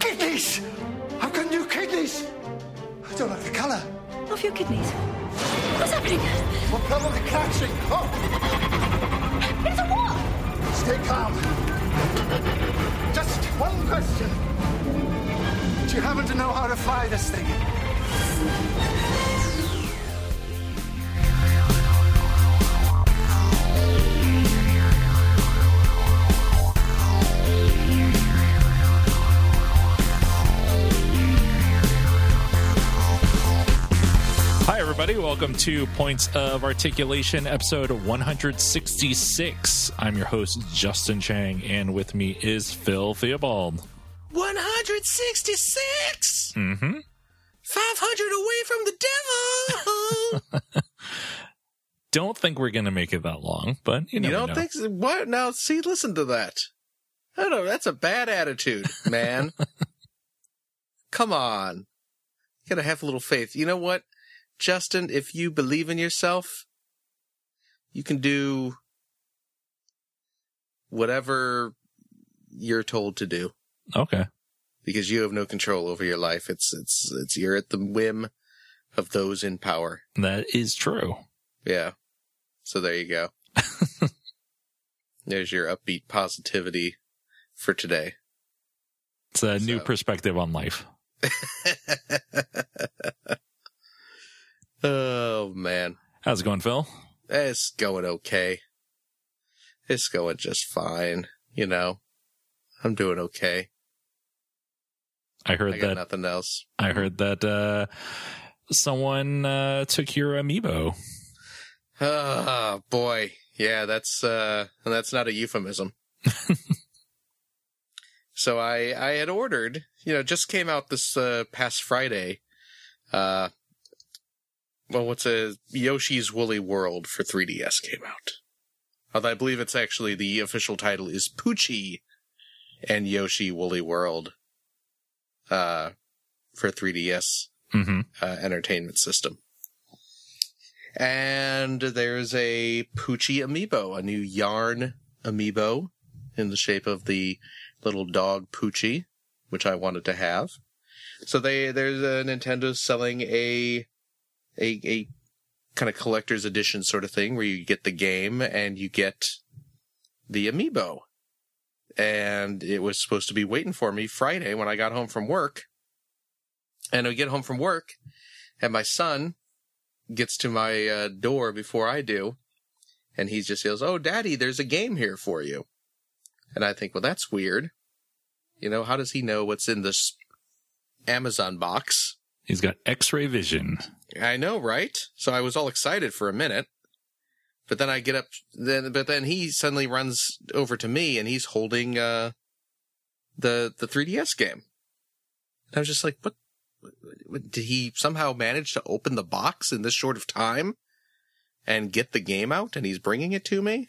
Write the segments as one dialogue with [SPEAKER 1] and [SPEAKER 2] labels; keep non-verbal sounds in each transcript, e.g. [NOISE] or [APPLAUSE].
[SPEAKER 1] kidneys! How can you kidneys? I don't have the colour.
[SPEAKER 2] Off your kidneys. What's happening?
[SPEAKER 1] We're probably crashing. Oh,
[SPEAKER 2] It's a war!
[SPEAKER 1] stay calm. Just one question. Do you happen to know how to fly this thing?
[SPEAKER 3] Hi, everybody. Welcome to Points of Articulation, episode 166. I'm your host, Justin Chang, and with me is Phil Theobald.
[SPEAKER 4] 166! Mm-hmm. 500 away from the devil!
[SPEAKER 3] Don't think we're going to make it that long, but you,
[SPEAKER 4] [LAUGHS] you
[SPEAKER 3] never
[SPEAKER 4] don't
[SPEAKER 3] know.
[SPEAKER 4] think so? What? Now, see, listen to that. I don't know. That's a bad attitude, [LAUGHS] man. Come on. Gotta have a little faith. You know what? Justin, if you believe in yourself, you can do whatever you're told to do.
[SPEAKER 3] Okay.
[SPEAKER 4] because you have no control over your life. It's it's it's you're at the whim of those in power.
[SPEAKER 3] That is true.
[SPEAKER 4] Yeah. So there you
[SPEAKER 3] [LAUGHS]
[SPEAKER 4] go. There's your upbeat positivity for today. [LAUGHS]
[SPEAKER 3] It's a new
[SPEAKER 4] So-
[SPEAKER 3] perspective on life.
[SPEAKER 4] oh man.
[SPEAKER 3] How's it going, Phil?
[SPEAKER 4] It's going okay. It's going just fine, you know. I'm doing okay.
[SPEAKER 3] I heard
[SPEAKER 4] I got
[SPEAKER 3] that
[SPEAKER 4] nothing else.
[SPEAKER 3] I heard that uh someone uh took your amiibo.
[SPEAKER 4] Oh boy. Yeah, that's uh and that's not a euphemism. so I I had ordered, you know, just came out this uh past Friday. Uh well, what's a Yoshi's Woolly World for 3DS came out. Although I believe it's actually the official title is Poochie and Yoshi Woolly World uh for 3DS
[SPEAKER 3] Mm-hmm.
[SPEAKER 4] uh, entertainment system. And there's a Poochie amiibo, a new yarn amiibo in the shape of the little dog Poochie, which I wanted to have. So they there's a Nintendo selling a a a kind of collector's edition sort of thing where you get the game and you get the amiibo. And it was supposed to be waiting for me Friday when I got home from work. And I get home from work and my son gets to my uh, door before I do, and he just yells, "Oh, Daddy, there's a game here for you." And I think, well, that's weird. You know, how does he know what's in this Amazon box?
[SPEAKER 3] He's got X-ray vision.
[SPEAKER 4] I know, right? So I was all excited for a minute, but then I get up, then but then he suddenly runs over to me and he's holding uh, the the 3DS game. And I was just like, what? what- Did he somehow manage to open the box in this short of time and get the game out? And he's bringing it to me.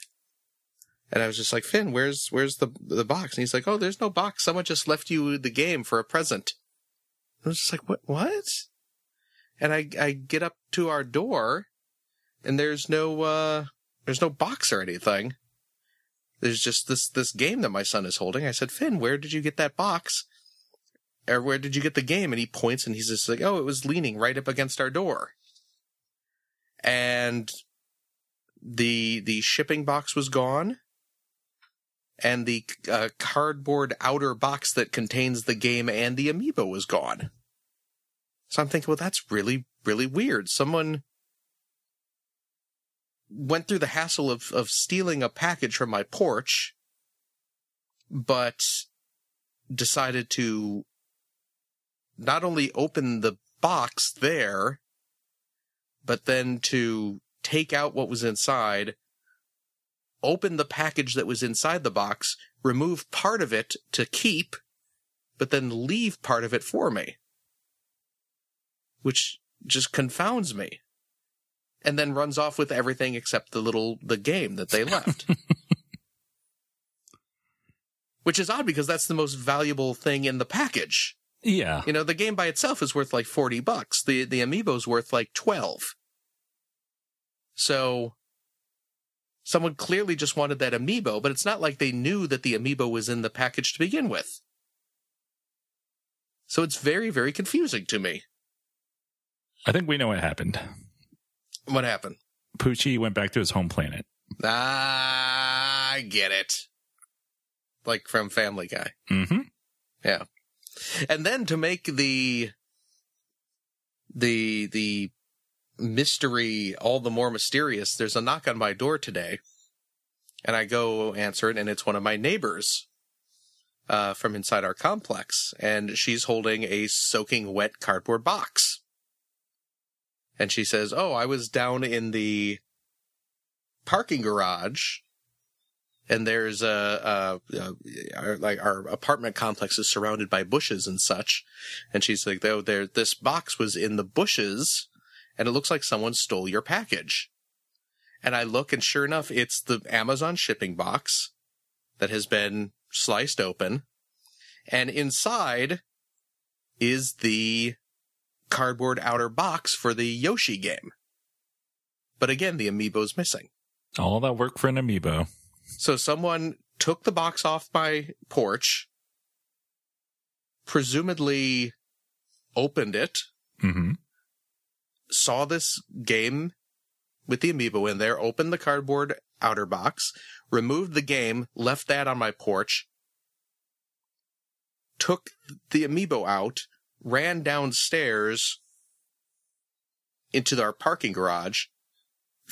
[SPEAKER 4] And I was just like, Finn, where's where's the the box? And he's like, Oh, there's no box. Someone just left you the game for a present. I was just like, What? What? And I I get up to our door, and there's no uh there's no box or anything. There's just this this game that my son is holding. I said, Finn, where did you get that box? Or where did you get the game? And he points and he's just like, oh, it was leaning right up against our door. And the the shipping box was gone. And the uh, cardboard outer box that contains the game and the amiibo was gone. So I'm thinking, well, that's really, really weird. Someone went through the hassle of, of stealing a package from my porch, but decided to not only open the box there, but then to take out what was inside, open the package that was inside the box, remove part of it to keep, but then leave part of it for me which just confounds me. And then runs off with everything except the little the game that they left. which is odd because that's the most valuable thing in the package.
[SPEAKER 3] Yeah.
[SPEAKER 4] You know, the game by itself is worth like 40 bucks. The the amiibo's worth like 12. So someone clearly just wanted that amiibo, but it's not like they knew that the amiibo was in the package to begin with. So it's very, very confusing to me.
[SPEAKER 3] I think we know what happened.
[SPEAKER 4] What happened?
[SPEAKER 3] Poochie went back to his home planet.
[SPEAKER 4] Ah, I get it. Like from Family Guy.
[SPEAKER 3] Mm-hmm.
[SPEAKER 4] Yeah. And then to make the the the mystery all the more mysterious, there's a knock on my door today. And I go answer it and it's one of my neighbors uh from inside our complex and she's holding a soaking wet cardboard box. And she says, "Oh, I was down in the parking garage and there's a, a, a our, like our apartment complex is surrounded by bushes and such and she's like though there this box was in the bushes and it looks like someone stole your package and i look and sure enough it's the amazon shipping box that has been sliced open and inside is the cardboard outer box for the yoshi game but again the amiibo's missing
[SPEAKER 3] All that work for an amiibo.
[SPEAKER 4] so someone took the box off my porch, presumably opened it,
[SPEAKER 3] Mm-hmm.
[SPEAKER 4] saw this game with the amiibo in there, opened the cardboard outer box, removed the game, left that on my porch, took the amiibo out, ran downstairs into our parking garage,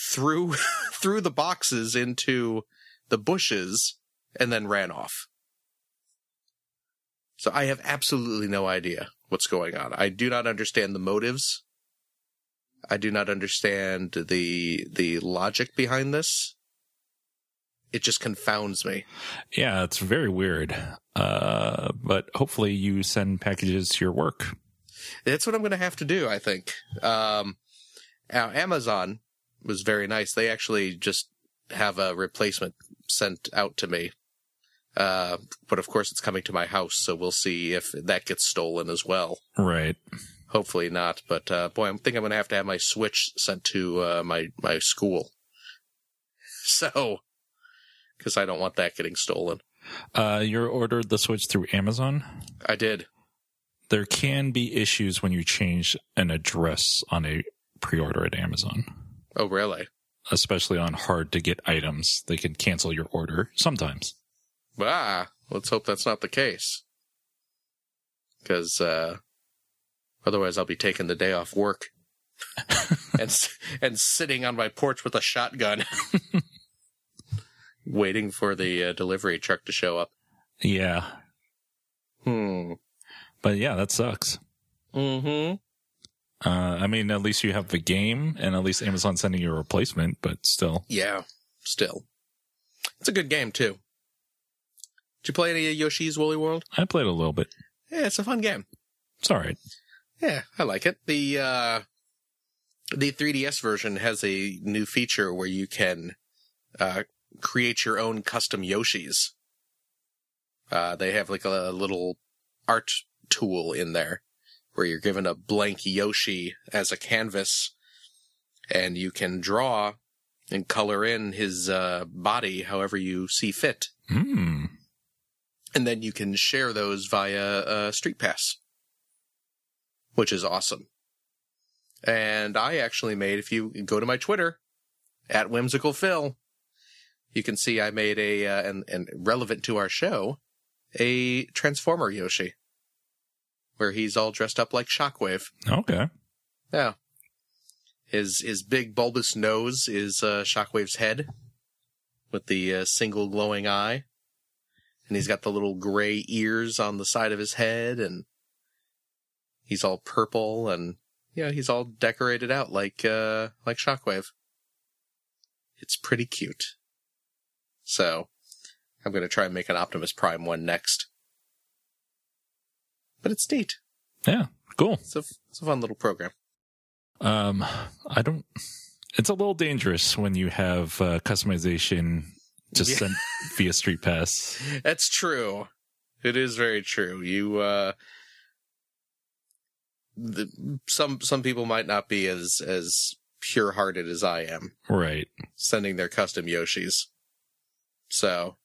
[SPEAKER 4] threw [LAUGHS] threw the boxes into the bushes, and then ran off. So I have absolutely no idea what's going on. I do not understand the motives I do not understand the the logic behind this. It just confounds me.
[SPEAKER 3] Yeah, it's very weird. Uh, but hopefully you send packages to your work.
[SPEAKER 4] That's what I'm going to have to do, I think. Um, now, Amazon was very nice. They actually just have a replacement sent out to me. Uh, but of course, it's coming to my house, so we'll see if that gets stolen as well.
[SPEAKER 3] Right.
[SPEAKER 4] Hopefully not. But uh, boy, I think I'm going to have to have my Switch sent to uh, my my school. [LAUGHS] So, because I don't want that getting stolen.
[SPEAKER 3] Uh, you ordered the Switch through Amazon.
[SPEAKER 4] I did.
[SPEAKER 3] There can be issues when you change an address on a pre-order at Amazon,
[SPEAKER 4] Oh, really?
[SPEAKER 3] especially on hard to get items. They can cancel your order sometimes.
[SPEAKER 4] Ah, let's hope that's not the case. Because uh, otherwise, I'll be taking the day off work and s- and sitting on my porch with a shotgun, [LAUGHS] waiting for the uh, delivery truck to show up.
[SPEAKER 3] Yeah.
[SPEAKER 4] Hmm.
[SPEAKER 3] But yeah, that sucks.
[SPEAKER 4] Mm-hmm.
[SPEAKER 3] Uh, I mean, at least you have the game and at least Amazon sending you a replacement, but still.
[SPEAKER 4] Yeah. Still, it's a good game too. Did you play any of Yoshi's Woolly World?
[SPEAKER 3] I played a little bit.
[SPEAKER 4] Yeah, it's a fun game.
[SPEAKER 3] It's all right.
[SPEAKER 4] Yeah, I like it. The uh the 3DS version has a new feature where you can uh create your own custom Yoshis. Uh they have like a little art tool in there where you're given a blank Yoshi as a canvas and you can draw and color in his uh body however you see fit.
[SPEAKER 3] Hmm.
[SPEAKER 4] And then you can share those via uh, Street Pass, which is awesome. And I actually made, if you go to my Twitter, at whimsical phil, you can see I made a, uh, and, and relevant to our show, a Transformer Yoshi, where he's all dressed up like Shockwave.
[SPEAKER 3] Okay.
[SPEAKER 4] Yeah. His his big bulbous nose is uh, Shockwave's head, with the uh, single glowing eye, and he's got the little gray ears on the side of his head, and he's all purple, and yeah, he's all decorated out like uh, like Shockwave. It's pretty cute. So, I'm gonna try and make an Optimus Prime one next. But it's neat.
[SPEAKER 3] Yeah. Cool.
[SPEAKER 4] It's a it's a fun little program.
[SPEAKER 3] Um, I don't. It's a little dangerous when you have uh, customization just
[SPEAKER 4] Yeah.
[SPEAKER 3] sent via Street Pass.
[SPEAKER 4] That's true. It is very true. You uh the, some some people might not be as as pure-hearted as I am
[SPEAKER 3] Right.
[SPEAKER 4] sending their custom Yoshis. So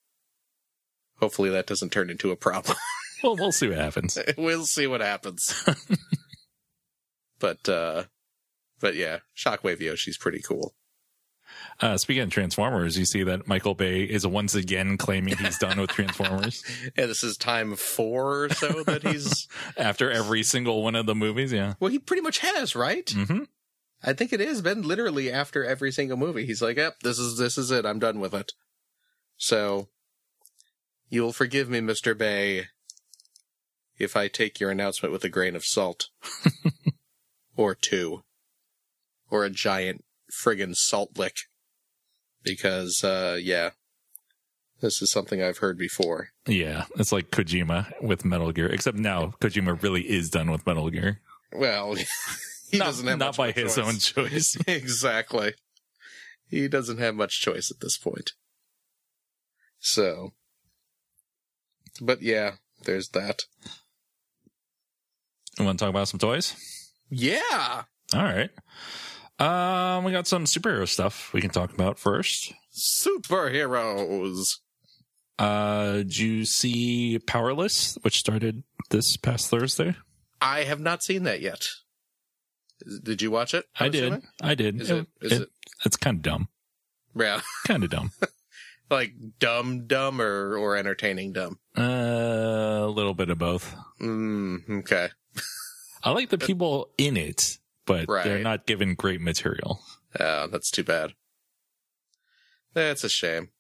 [SPEAKER 4] hopefully that doesn't turn into a problem. [LAUGHS]
[SPEAKER 3] Well, we'll see what happens.
[SPEAKER 4] we'll see what happens. but uh but yeah, Shockwave Yoshi's pretty cool.
[SPEAKER 3] Uh, speaking of Transformers, you see that Michael Bay is once again claiming he's done with Transformers
[SPEAKER 4] Yeah, this is time four or so that he's
[SPEAKER 3] after every single one of the movies. Yeah.
[SPEAKER 4] well, he pretty much has, right?
[SPEAKER 3] hmm
[SPEAKER 4] I think it has been literally after every single movie. He's like, Yep, this is this is it, I'm done with it. So you'll forgive me, Mr. Bay, if I take your announcement with a grain of salt. or two. Or a giant friggin' salt lick. Because uh yeah. This is something I've heard before.
[SPEAKER 3] Yeah. It's like Kojima with Metal Gear, except now Kojima really is done with Metal Gear.
[SPEAKER 4] Well, [LAUGHS] he
[SPEAKER 3] not
[SPEAKER 4] doesn't have
[SPEAKER 3] not
[SPEAKER 4] much
[SPEAKER 3] by
[SPEAKER 4] of a
[SPEAKER 3] his
[SPEAKER 4] choice.
[SPEAKER 3] own choice.
[SPEAKER 4] [LAUGHS] exactly. He doesn't have much choice at this point. So, but yeah, there's that.
[SPEAKER 3] You want to talk about some toys?
[SPEAKER 4] Yeah.
[SPEAKER 3] All right. Um, we got some superhero stuff we can talk about first.
[SPEAKER 4] Superheroes.
[SPEAKER 3] Uh, did you see Powerless, which started this past Thursday?
[SPEAKER 4] I have not seen that yet. Did you watch it?
[SPEAKER 3] i did. I did.
[SPEAKER 4] Is it- is it-
[SPEAKER 3] It's kind of dumb.
[SPEAKER 4] Yeah. [LAUGHS]
[SPEAKER 3] Kind of dumb.
[SPEAKER 4] Like dumb, dumb, or, or entertaining, dumb.
[SPEAKER 3] Uh, a little bit of both.
[SPEAKER 4] Mm, okay.
[SPEAKER 3] I like the people in it, but they're
[SPEAKER 4] Right.
[SPEAKER 3] not given great material.
[SPEAKER 4] Uh, that's too bad. That's a shame.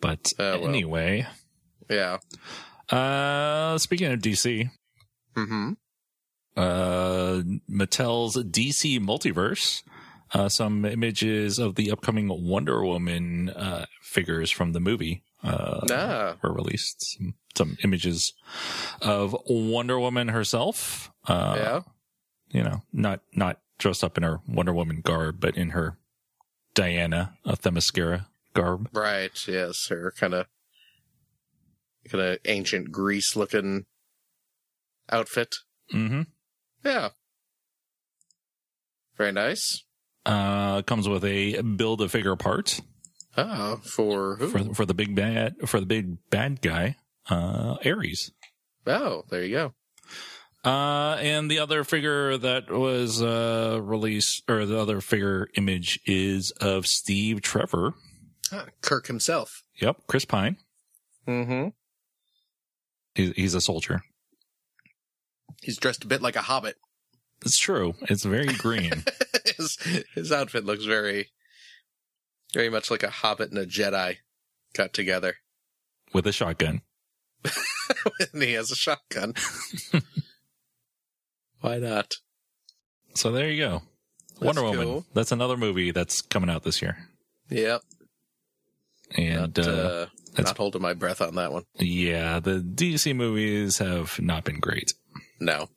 [SPEAKER 3] But
[SPEAKER 4] Oh, well.
[SPEAKER 3] anyway,
[SPEAKER 4] Yeah.
[SPEAKER 3] uh, speaking of DC,
[SPEAKER 4] Mm-hmm.
[SPEAKER 3] uh, Mattel's DC Multiverse. Uh, some images of the upcoming Wonder Woman uh, figures from the movie uh,
[SPEAKER 4] Ah.
[SPEAKER 3] were released. Some, some images of Wonder Woman herself. Uh,
[SPEAKER 4] yeah.
[SPEAKER 3] You know, not not dressed up in her Wonder Woman garb, but in her Diana of Themyscira garb.
[SPEAKER 4] Right. Yes. Her kind of kind of ancient Greece looking outfit.
[SPEAKER 3] Mm-hmm.
[SPEAKER 4] Yeah. Very nice.
[SPEAKER 3] Uh, comes with a build a figure part
[SPEAKER 4] Oh, for who?
[SPEAKER 3] for for the big bad for the big bad guy, uh, Ares.
[SPEAKER 4] oh, there you go.
[SPEAKER 3] Uh, and the other figure that was uh, released, or the other figure image is of Steve Trevor.
[SPEAKER 4] Ah, Kirk himself.
[SPEAKER 3] Yep, Chris Pine.
[SPEAKER 4] Mm-hmm.
[SPEAKER 3] He's, he's a soldier.
[SPEAKER 4] He's dressed a bit like a hobbit. [LAUGHS]
[SPEAKER 3] It's true. It's very green.
[SPEAKER 4] his, his outfit looks very, very much like a hobbit and a Jedi got together. [LAUGHS]
[SPEAKER 3] with a shotgun.
[SPEAKER 4] and he has a
[SPEAKER 3] [LAUGHS]
[SPEAKER 4] shotgun. Why not?
[SPEAKER 3] So there you go.
[SPEAKER 4] That's
[SPEAKER 3] Wonder Woman.
[SPEAKER 4] cool.
[SPEAKER 3] That's another movie that's coming out this year.
[SPEAKER 4] Yep.
[SPEAKER 3] And
[SPEAKER 4] not,
[SPEAKER 3] uh,
[SPEAKER 4] uh,
[SPEAKER 3] that's-
[SPEAKER 4] not holding my breath on that one.
[SPEAKER 3] yeah, the DC movies have not been great,
[SPEAKER 4] No.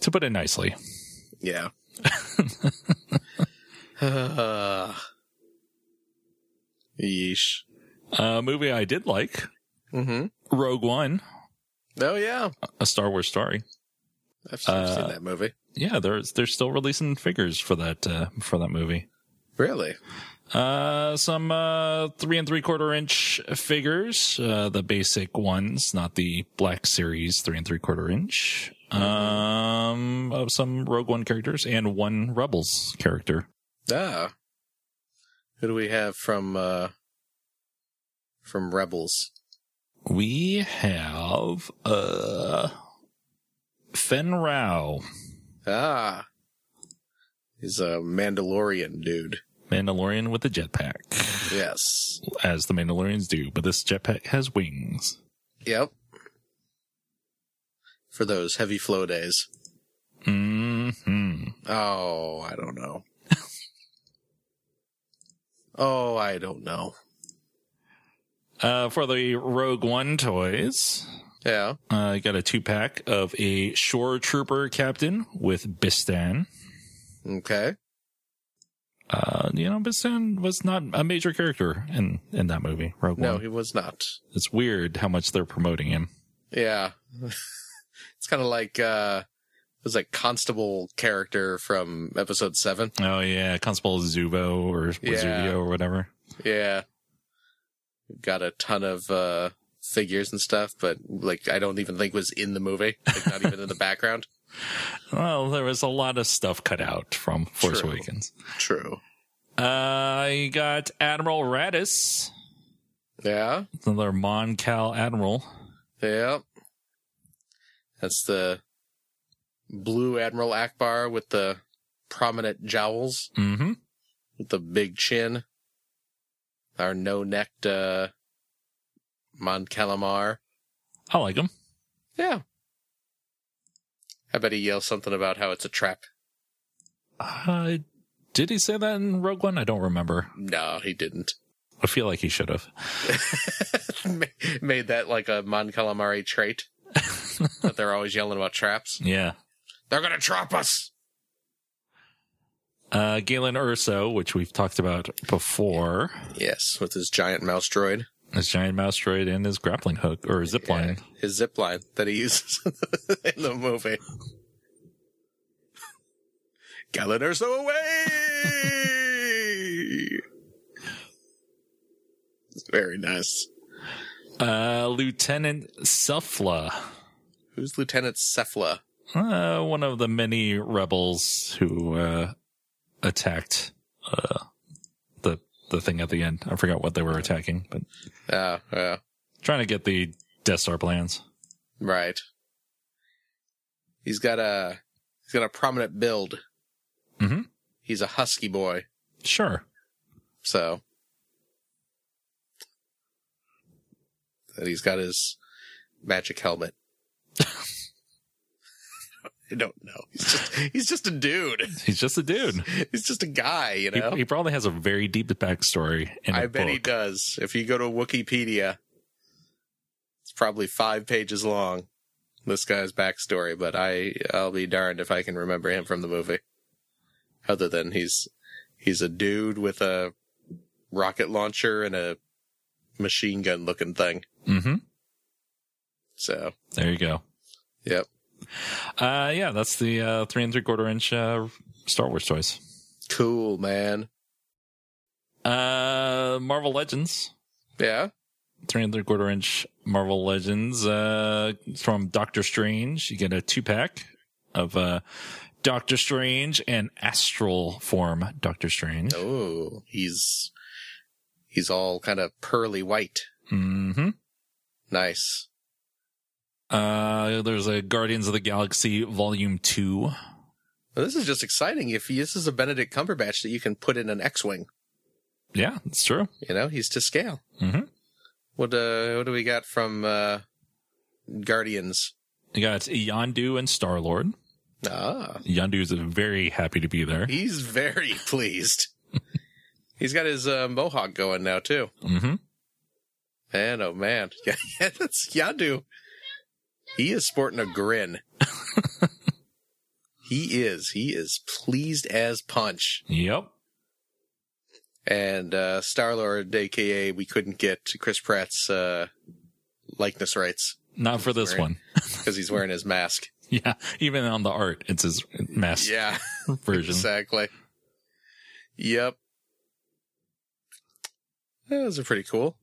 [SPEAKER 3] to put it nicely.
[SPEAKER 4] Yeah.
[SPEAKER 3] [LAUGHS]
[SPEAKER 4] [SIGHS] uh, yeesh.
[SPEAKER 3] A movie I did like,
[SPEAKER 4] Mm-hmm.
[SPEAKER 3] Rogue One,
[SPEAKER 4] Oh yeah,
[SPEAKER 3] a Star Wars story.
[SPEAKER 4] I've, seen- I've
[SPEAKER 3] Uh,
[SPEAKER 4] seen that movie.
[SPEAKER 3] yeah, they're they're still releasing figures for that uh, for that movie.
[SPEAKER 4] Really?
[SPEAKER 3] Uh, some uh, three and three quarter inch figures, uh, the basic ones, not the Black Series three and three quarter inch. Um, of some Rogue One characters and one Rebels character.
[SPEAKER 4] Ah. Who do we have from uh from Rebels?
[SPEAKER 3] We have uh, Fen Rao,
[SPEAKER 4] Ah, he's a Mandalorian dude.
[SPEAKER 3] Mandalorian with a jetpack,
[SPEAKER 4] Yes.
[SPEAKER 3] as the Mandalorians do, but this jetpack has wings.
[SPEAKER 4] Yep. For those heavy flow days.
[SPEAKER 3] Hmm.
[SPEAKER 4] Oh, I don't know. oh, I don't know.
[SPEAKER 3] Uh, for the Rogue One toys,
[SPEAKER 4] Yeah.
[SPEAKER 3] uh, you got a two pack of a shore trooper captain with Bistan.
[SPEAKER 4] Okay.
[SPEAKER 3] Uh, you know, Bistan was not a major character in, in that movie, Rogue
[SPEAKER 4] No,
[SPEAKER 3] One.
[SPEAKER 4] he was not.
[SPEAKER 3] It's weird how much they're promoting him.
[SPEAKER 4] Yeah. [LAUGHS] it's kind of like, uh, it was like Constable character from episode seven.
[SPEAKER 3] Oh, yeah. Constable Zubo or
[SPEAKER 4] Yeah.
[SPEAKER 3] Zuvio or whatever.
[SPEAKER 4] Yeah. Got a ton of, uh, figures and stuff, but like I don't even think was in the movie, like not even in the [LAUGHS] background.
[SPEAKER 3] Well, there was a lot of stuff cut out from Force
[SPEAKER 4] True.
[SPEAKER 3] Awakens.
[SPEAKER 4] True.
[SPEAKER 3] Uh, you got Admiral Radis,
[SPEAKER 4] Yeah.
[SPEAKER 3] another Mon Cal Admiral.
[SPEAKER 4] Yeah. That's the blue Admiral Akbar with the prominent jowls,
[SPEAKER 3] Mm-hmm.
[SPEAKER 4] with the big chin, our no necked uh Mon Calamar.
[SPEAKER 3] I like him.
[SPEAKER 4] Yeah. I bet he yells something about how it's a trap.
[SPEAKER 3] Uh, did he say that in Rogue One? I don't remember.
[SPEAKER 4] No, he didn't. [LAUGHS]
[SPEAKER 3] I feel like he should have.
[SPEAKER 4] Ma- Made that like a Mon Calamari trait. that they're always yelling about traps.
[SPEAKER 3] Yeah.
[SPEAKER 4] They're gonna trap us.
[SPEAKER 3] Uh, Galen Urso, which we've talked about before,
[SPEAKER 4] Yes, with his giant mouse droid.
[SPEAKER 3] his giant mouse droid and his grappling hook or zip line.
[SPEAKER 4] Yeah, his zip line that he uses [LAUGHS] in the movie. Galen Erso away! It's Very nice.
[SPEAKER 3] Uh, Lieutenant Sufla,
[SPEAKER 4] Who's Lieutenant Cephla?
[SPEAKER 3] uh, one of the many rebels who uh, attacked uh, the the thing at the end. I forgot what they were attacking, but
[SPEAKER 4] Oh, yeah,
[SPEAKER 3] trying to get the Death Star plans.
[SPEAKER 4] right. He's got a he's got a prominent build.
[SPEAKER 3] Mhm.
[SPEAKER 4] He's a husky boy,
[SPEAKER 3] Sure.
[SPEAKER 4] so and he's got his magic helmet. [LAUGHS] I don't know. He's just he's just a dude.
[SPEAKER 3] He's just a dude.
[SPEAKER 4] He's just a guy, you
[SPEAKER 3] He,
[SPEAKER 4] know.
[SPEAKER 3] he probably has a very deep backstory. In
[SPEAKER 4] I
[SPEAKER 3] a
[SPEAKER 4] bet he
[SPEAKER 3] book.
[SPEAKER 4] does. If you go to Wikipedia, it's probably five pages long. This guy's backstory, but I I'll be darned if I can remember him from the movie. Other than he's he's a dude with a rocket launcher and a machine gun looking thing.
[SPEAKER 3] Mm-hmm.
[SPEAKER 4] So
[SPEAKER 3] There you go.
[SPEAKER 4] yep,
[SPEAKER 3] Uh, yeah, that's the uh, three and three quarter inch uh, Star Wars toys.
[SPEAKER 4] cool man.
[SPEAKER 3] Uh, Marvel Legends,
[SPEAKER 4] Yeah,
[SPEAKER 3] three and three quarter inch Marvel Legends uh, from Doctor Strange. You get a two pack of uh, Doctor Strange and Astral form Doctor Strange.
[SPEAKER 4] oh he's he's all kind of pearly white.
[SPEAKER 3] Mm-hmm.
[SPEAKER 4] Nice.
[SPEAKER 3] Uh, there's a Guardians of the Galaxy Volume Two.
[SPEAKER 4] Well, this is just exciting. If he, this is a Benedict Cumberbatch that you can put in an X-wing,
[SPEAKER 3] Yeah, it's true.
[SPEAKER 4] you know, he's to scale.
[SPEAKER 3] Mhm.
[SPEAKER 4] What uh, what do we got from uh, Guardians?
[SPEAKER 3] You got Yondu and Star Lord.
[SPEAKER 4] Ah,
[SPEAKER 3] Yondu is very happy to be there.
[SPEAKER 4] he's very [LAUGHS] pleased. he's got his uh, mohawk going now too.
[SPEAKER 3] Mm-hmm.
[SPEAKER 4] Man, oh man, [LAUGHS] yeah, that's Yandu. He is sporting a grin. he is. He is pleased as punch.
[SPEAKER 3] Yep.
[SPEAKER 4] and uh, Star Lord, aka we couldn't get Chris Pratt's uh, likeness rights
[SPEAKER 3] Not for this
[SPEAKER 4] Right.
[SPEAKER 3] one. [LAUGHS]
[SPEAKER 4] because he's wearing his mask.
[SPEAKER 3] Yeah, even on the art, it's his mask
[SPEAKER 4] Yeah,
[SPEAKER 3] [LAUGHS]
[SPEAKER 4] uh,
[SPEAKER 3] version.
[SPEAKER 4] exactly. Yep, Yeah, those are pretty cool.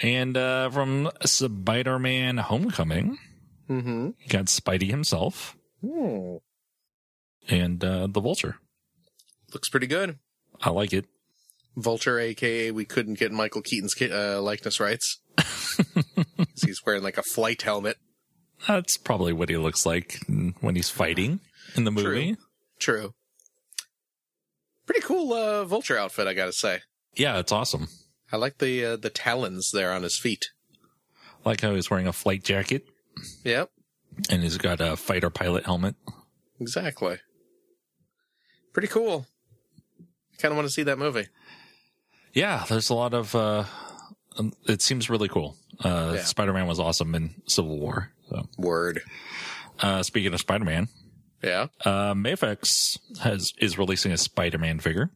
[SPEAKER 3] And uh, from Spider-Man: Homecoming,
[SPEAKER 4] Mm-hmm. Hmm.
[SPEAKER 3] you got Spidey himself and uh, the Vulture.
[SPEAKER 4] Looks pretty good.
[SPEAKER 3] I like it.
[SPEAKER 4] Vulture, aka we couldn't get Michael Keaton's ki- uh, likeness rights. [LAUGHS] 'Cause he's wearing like a flight helmet.
[SPEAKER 3] That's probably what he looks like when he's fighting in the movie.
[SPEAKER 4] True. Pretty cool uh, vulture outfit, I gotta say.
[SPEAKER 3] Yeah, it's awesome.
[SPEAKER 4] I like the uh, the talons there on his feet.
[SPEAKER 3] Like how he's wearing a flight jacket
[SPEAKER 4] Yep.
[SPEAKER 3] and he's got a fighter pilot helmet.
[SPEAKER 4] Exactly. Pretty cool. I kind of want to see that movie.
[SPEAKER 3] Yeah, there's a lot of. Uh, um, it seems really cool. Uh,
[SPEAKER 4] Yeah.
[SPEAKER 3] Spider-Man was awesome in Civil War. So,
[SPEAKER 4] Word.
[SPEAKER 3] uh, speaking of Spider-Man,
[SPEAKER 4] Yeah.
[SPEAKER 3] Uh, Mafex has is releasing a Spider-Man figure,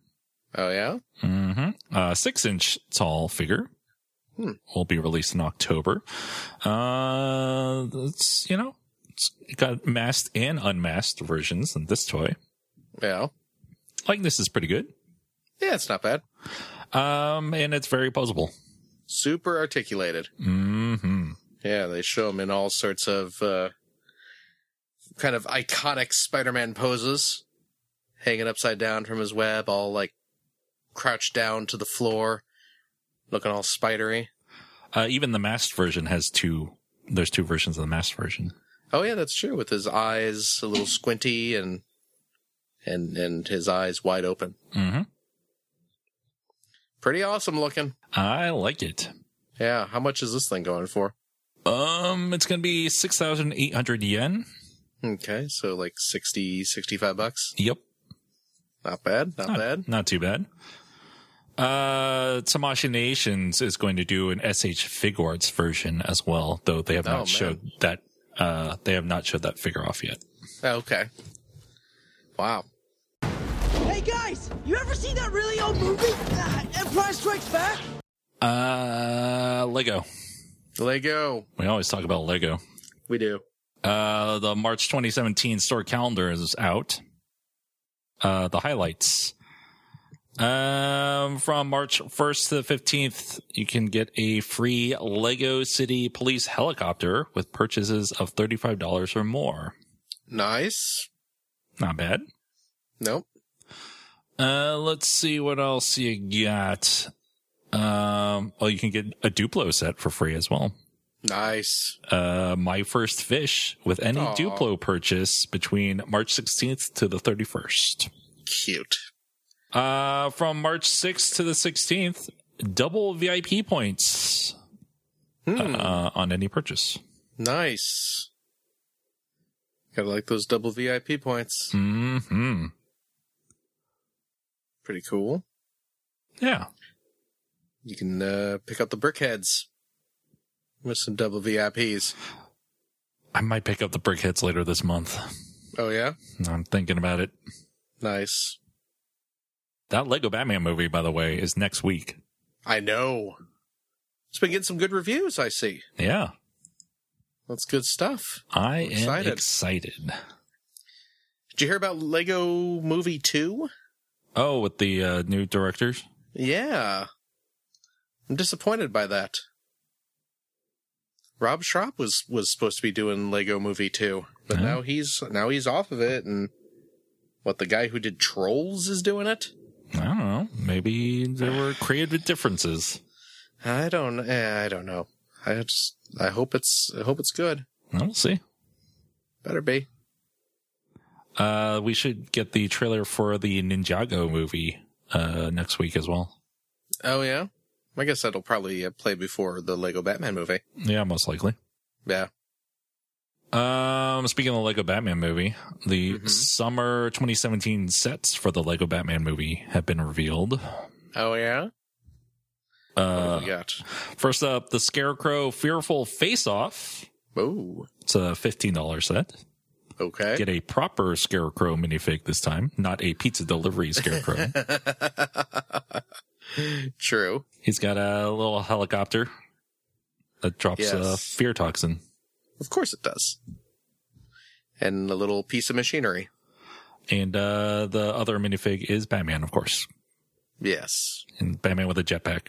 [SPEAKER 4] Oh yeah.
[SPEAKER 3] hmm uh, six-inch tall figure.
[SPEAKER 4] Hmm.
[SPEAKER 3] Will be released in October. Uh, it's you know, it's got masked and unmasked versions in this toy.
[SPEAKER 4] Yeah.
[SPEAKER 3] Likeness is pretty good,
[SPEAKER 4] Yeah, it's not bad.
[SPEAKER 3] um, and it's very posable.
[SPEAKER 4] Super articulated.
[SPEAKER 3] Mm-hmm.
[SPEAKER 4] Yeah, they show him in all sorts of uh, kind of iconic Spider-Man poses, hanging upside down from his web, all like crouched down to the floor, looking all spidery.
[SPEAKER 3] Uh, even the masked version has two. There's two versions of the masked version.
[SPEAKER 4] Oh yeah, that's true. With his eyes a little squinty and and and his eyes wide open,
[SPEAKER 3] Mm-hmm.
[SPEAKER 4] pretty awesome looking.
[SPEAKER 3] I like it.
[SPEAKER 4] Yeah, how much is this thing going for?
[SPEAKER 3] Um, it's gonna be six thousand eight hundred yen.
[SPEAKER 4] Okay, so like 60, 65 bucks.
[SPEAKER 3] Yep,
[SPEAKER 4] Not bad, not bad.
[SPEAKER 3] not too bad. Uh, Tamashi Nations is going to do an SH Fig Arts version as well, though they have
[SPEAKER 4] Oh,
[SPEAKER 3] not
[SPEAKER 4] man.
[SPEAKER 3] showed that. Uh, they have not showed that figure off yet.
[SPEAKER 4] Oh, Okay. Wow.
[SPEAKER 5] Hey guys, you ever see that really old movie, uh, Empire Strikes Back?
[SPEAKER 3] Uh, Lego.
[SPEAKER 4] Lego.
[SPEAKER 3] We always talk about Lego.
[SPEAKER 4] We do.
[SPEAKER 3] Uh, the March 2017 store calendar is out. Uh, the highlights. Um, from March 1st to the 15th, you can get a free Lego City police helicopter with purchases of $35 or more.
[SPEAKER 4] Nice.
[SPEAKER 3] Not bad.
[SPEAKER 4] Nope.
[SPEAKER 3] Uh, let's see what else you got. Um, oh, you can get a Duplo set for free as well.
[SPEAKER 4] Nice.
[SPEAKER 3] uh, My First Fish with any
[SPEAKER 4] Aw.
[SPEAKER 3] Duplo purchase between March 16th to the 31st.
[SPEAKER 4] Cute.
[SPEAKER 3] Uh, from March 6th to the 16th, double VIP points uh, on any purchase.
[SPEAKER 4] Nice. Gotta like those double VIP points.
[SPEAKER 3] hmm
[SPEAKER 4] Pretty cool.
[SPEAKER 3] Yeah.
[SPEAKER 4] You can uh, pick up the brickheads with some double VIPs.
[SPEAKER 3] I might pick up the brickheads later this month.
[SPEAKER 4] Oh yeah,
[SPEAKER 3] I'm thinking about it.
[SPEAKER 4] nice.
[SPEAKER 3] That Lego Batman movie, by the way, is next week.
[SPEAKER 4] I know. It's been getting some good reviews. I see.
[SPEAKER 3] Yeah.
[SPEAKER 4] That's good stuff.
[SPEAKER 3] I am
[SPEAKER 4] Excited.
[SPEAKER 3] excited.
[SPEAKER 4] Did you hear about Lego Movie Two?
[SPEAKER 3] Oh, with the uh, new directors?
[SPEAKER 4] Yeah. I'm disappointed by that. Rob Schrapp was was supposed to be doing Lego Movie 2, but
[SPEAKER 3] Oh.
[SPEAKER 4] now he's now he's off of it and what the guy who did Trolls is doing it?
[SPEAKER 3] I don't know. Maybe there were creative differences.
[SPEAKER 4] I don't eh, I don't know. I just I hope it's I hope it's good.
[SPEAKER 3] We'll see.
[SPEAKER 4] Better be.
[SPEAKER 3] Uh, we should get the trailer for the Ninjago movie uh, next week as well.
[SPEAKER 4] Oh yeah. I guess that'll probably uh, play before the Lego Batman movie.
[SPEAKER 3] Yeah, most likely.
[SPEAKER 4] Yeah.
[SPEAKER 3] Um, speaking of the Lego Batman movie, the summer 2017 sets for the Lego Batman movie have been revealed.
[SPEAKER 4] Oh yeah. What have
[SPEAKER 3] Uh,
[SPEAKER 4] we got?
[SPEAKER 3] first up, the Scarecrow Fearful Face Off.
[SPEAKER 4] Oh,
[SPEAKER 3] It's a $15 set.
[SPEAKER 4] okay.
[SPEAKER 3] Get a proper Scarecrow minifig this time, not a pizza delivery Scarecrow.
[SPEAKER 4] True.
[SPEAKER 3] He's got a little helicopter that drops a
[SPEAKER 4] Yes.
[SPEAKER 3] fear toxin.
[SPEAKER 4] Of course it does. And a little piece of machinery.
[SPEAKER 3] And uh, the other minifig is Batman, of course,
[SPEAKER 4] Yes.
[SPEAKER 3] and Batman with a jetpack.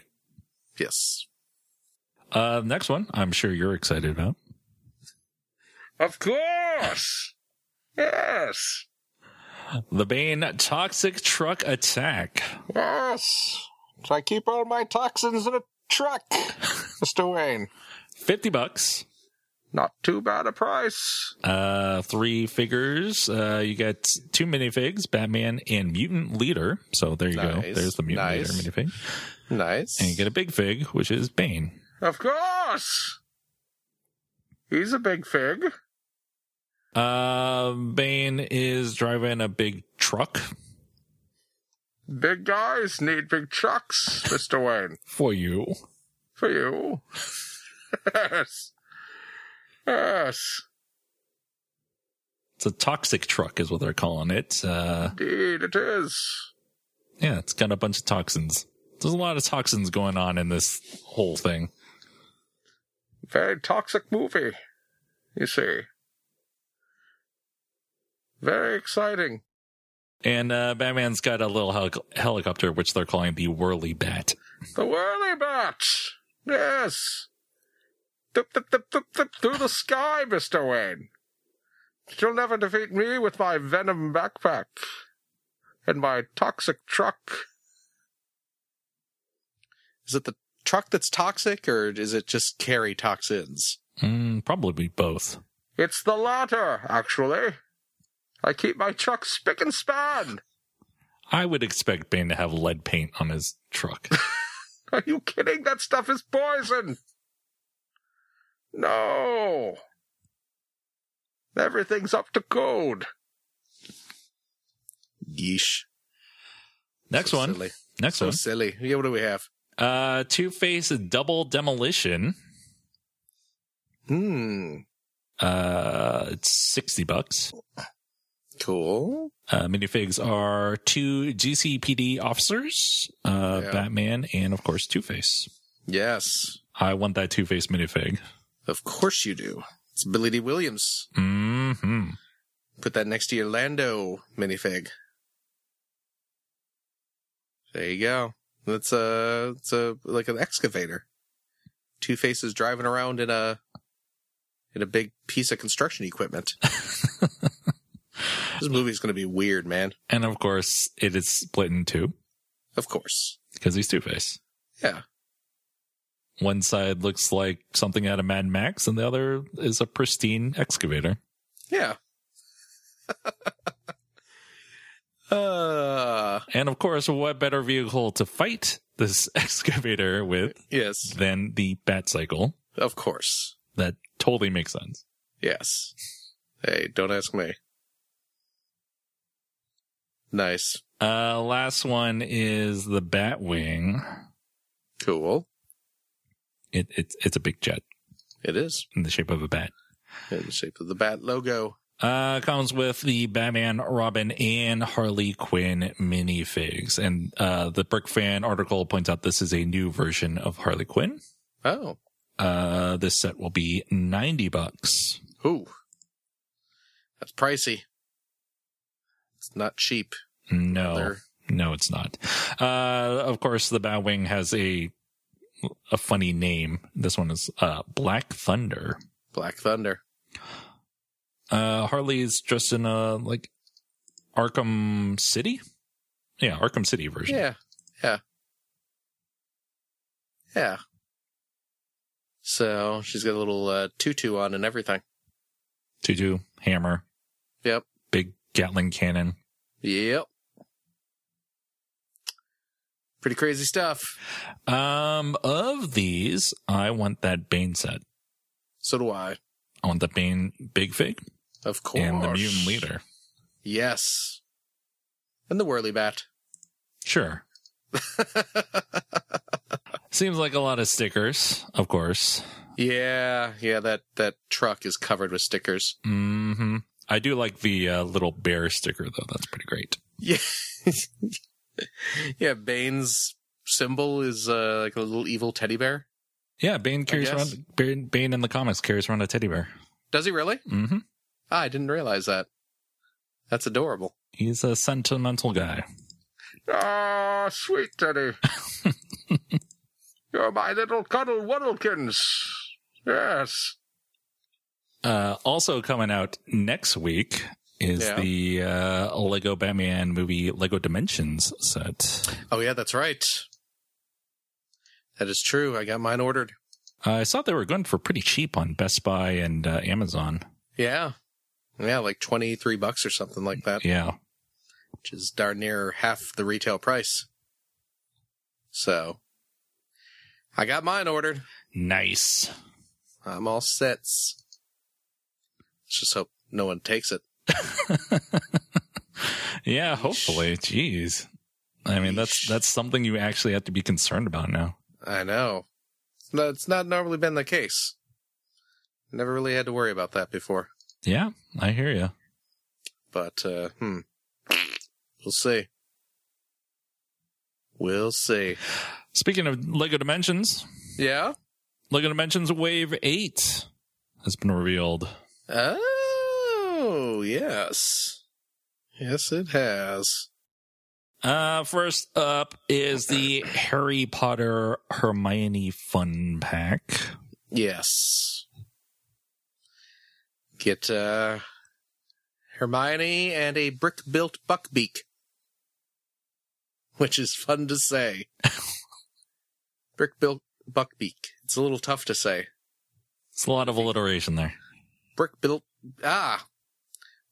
[SPEAKER 4] Yes.
[SPEAKER 3] Uh, next one, I'm sure you're excited about.
[SPEAKER 4] Of course. Yes.
[SPEAKER 3] The Bane Toxic Truck Attack.
[SPEAKER 4] Yes. So I keep all my toxins in a truck, [LAUGHS] Mr. Wayne.
[SPEAKER 3] 50 bucks.
[SPEAKER 4] Not too bad a price.
[SPEAKER 3] Uh, three figures. Uh, you got two minifigs, Batman and Mutant Leader. So there you go.
[SPEAKER 4] Nice.
[SPEAKER 3] There's the Mutant
[SPEAKER 4] Nice.
[SPEAKER 3] Leader minifig.
[SPEAKER 4] Nice.
[SPEAKER 3] And you get a big fig, which is Bane.
[SPEAKER 4] of course. He's a big fig.
[SPEAKER 3] Uh, Bane is driving a big truck
[SPEAKER 4] Big guys need big trucks, Mr. Wayne.
[SPEAKER 3] for you.
[SPEAKER 4] for you. [LAUGHS] yes. Yes.
[SPEAKER 3] It's a toxic truck, is what they're calling it. Uh,
[SPEAKER 4] Indeed, it is.
[SPEAKER 3] yeah, it's got a bunch of toxins. There's a lot of toxins going on in this whole thing.
[SPEAKER 4] Very toxic movie, you see. Very exciting.
[SPEAKER 3] And uh, Batman's got a little helic helicopter, which they're calling the Whirly Bat.
[SPEAKER 4] The Whirly Bat. Yes. Thup, thup, thup, thup, thup, through the sky, Mr. Wayne. You'll never defeat me with my venom backpack and my toxic truck. Is it the truck that's toxic, or is it just carry toxins?
[SPEAKER 3] Mm, probably both.
[SPEAKER 4] It's the latter, actually. I keep my truck spick and span.
[SPEAKER 3] I would expect Bane to have lead paint on his
[SPEAKER 4] [LAUGHS]
[SPEAKER 3] truck.
[SPEAKER 4] Are you kidding? That stuff is poison. No. Everything's up to code. Yeesh.
[SPEAKER 3] Next
[SPEAKER 4] So
[SPEAKER 3] one.
[SPEAKER 4] silly.
[SPEAKER 3] Next
[SPEAKER 4] So
[SPEAKER 3] one.
[SPEAKER 4] silly. Yeah, what do we have?
[SPEAKER 3] Uh, Two Face Double Demolition.
[SPEAKER 4] Hmm.
[SPEAKER 3] Uh, it's 60 bucks.
[SPEAKER 4] Cool.
[SPEAKER 3] Uh, minifigs are two GCPD officers, uh,
[SPEAKER 4] Yeah.
[SPEAKER 3] Batman, and of course Two Face.
[SPEAKER 4] Yes.
[SPEAKER 3] I want that Two Face minifig.
[SPEAKER 4] Of course you do. It's Billy D. Williams.
[SPEAKER 3] hmm
[SPEAKER 4] Put that next to your Lando minifig. There you go. That's a it's a like an excavator. Two faces driving around in a in a big piece of construction equipment. this movie's gonna be weird, man.
[SPEAKER 3] And of course, it is split in two
[SPEAKER 4] Of course.
[SPEAKER 3] because he's Two Face.
[SPEAKER 4] Yeah.
[SPEAKER 3] One side looks like something out of Mad Max, and the other is a pristine excavator.
[SPEAKER 4] Yeah. [LAUGHS] uh
[SPEAKER 3] And of course, what better vehicle to fight this [LAUGHS] excavator with
[SPEAKER 4] yes.
[SPEAKER 3] than the Batcycle?
[SPEAKER 4] Of course.
[SPEAKER 3] That totally makes sense.
[SPEAKER 4] Yes. Hey, don't ask me. Nice.
[SPEAKER 3] Uh, last one is the Batwing.
[SPEAKER 4] Cool.
[SPEAKER 3] It, it's it's a big jet
[SPEAKER 4] It is
[SPEAKER 3] in the shape of a bat.
[SPEAKER 4] in the shape of the bat logo.
[SPEAKER 3] Uh, comes with the Batman, Robin, and Harley Quinn minifigs. And uh, the Brick Fan article points out this is a new version of Harley Quinn.
[SPEAKER 4] Oh.
[SPEAKER 3] Uh, this set will be ninety bucks.
[SPEAKER 4] Ooh. That's pricey. It's not cheap.
[SPEAKER 3] No,
[SPEAKER 4] They're-
[SPEAKER 3] no, it's not. Uh, of course, the Batwing has a a funny name. This one is uh, Black Thunder.
[SPEAKER 4] Black Thunder.
[SPEAKER 3] uh Harley's dressed in a like Arkham City? Yeah, Arkham City version.
[SPEAKER 4] Yeah. Yeah. Yeah. So she's got a little uh, tutu on and everything.
[SPEAKER 3] Tutu, hammer,
[SPEAKER 4] Yep.
[SPEAKER 3] big Gatling cannon.
[SPEAKER 4] Yep. Pretty crazy stuff.
[SPEAKER 3] Um of these, I want that Bane set.
[SPEAKER 4] So do I.
[SPEAKER 3] I want the Bane Big Fig
[SPEAKER 4] Of course.
[SPEAKER 3] and the mutant leader.
[SPEAKER 4] Yes. And the whirly bat. [LAUGHS]
[SPEAKER 3] Sure. Seems like a lot of stickers, of course.
[SPEAKER 4] Yeah, yeah, that that truck is covered with stickers. [LAUGHS]
[SPEAKER 3] Mhm. I do like the uh, little bear sticker though. That's pretty great.
[SPEAKER 4] Yeah. yeah, Bane's symbol is uh, like a little evil teddy bear.
[SPEAKER 3] Yeah, Bane carries
[SPEAKER 4] guess.
[SPEAKER 3] around Bane, Bane in the comics carries around a teddy bear.
[SPEAKER 4] Does he really?
[SPEAKER 3] Mhm.
[SPEAKER 4] Ah, I didn't realize that. That's adorable.
[SPEAKER 3] He's a sentimental guy.
[SPEAKER 4] Ah, sweet teddy. You're my little cuddle wuddlekins. Yes.
[SPEAKER 3] Uh, also coming out next week is
[SPEAKER 4] Yeah.
[SPEAKER 3] the uh, Lego Batman movie Lego Dimensions set.
[SPEAKER 4] Oh yeah, that's right. That is true. I got mine ordered.
[SPEAKER 3] I saw they were going for pretty cheap on Best Buy and uh, Amazon.
[SPEAKER 4] Yeah. Yeah, like 23 bucks or something like that,
[SPEAKER 3] Yeah.
[SPEAKER 4] which is darn near half the retail price. So I got mine ordered.
[SPEAKER 3] Nice.
[SPEAKER 4] I'm all set. Let's just hope no one takes it.
[SPEAKER 3] Yeah, hopefully. Jeez. I mean, that's
[SPEAKER 4] Yeesh.
[SPEAKER 3] that's something you actually have to be concerned about now.
[SPEAKER 4] I know. No, it's not normally been the case. Never really had to worry about that before.
[SPEAKER 3] Yeah, I hear you.
[SPEAKER 4] But, uh, hmm. We'll see. We'll see.
[SPEAKER 3] Speaking of Lego Dimensions,
[SPEAKER 4] Yeah?
[SPEAKER 3] Lego Dimensions Wave 8 has been revealed.
[SPEAKER 4] Oh, yes. Yes, it has.
[SPEAKER 3] Uh, first up is the Harry Potter Hermione Fun Pack.
[SPEAKER 4] Yes. Get uh Hermione and a brick built buckbeak. Which is fun to say. brick built buckbeak. It's a little tough to say.
[SPEAKER 3] It's a lot of alliteration there.
[SPEAKER 4] Brick built ah.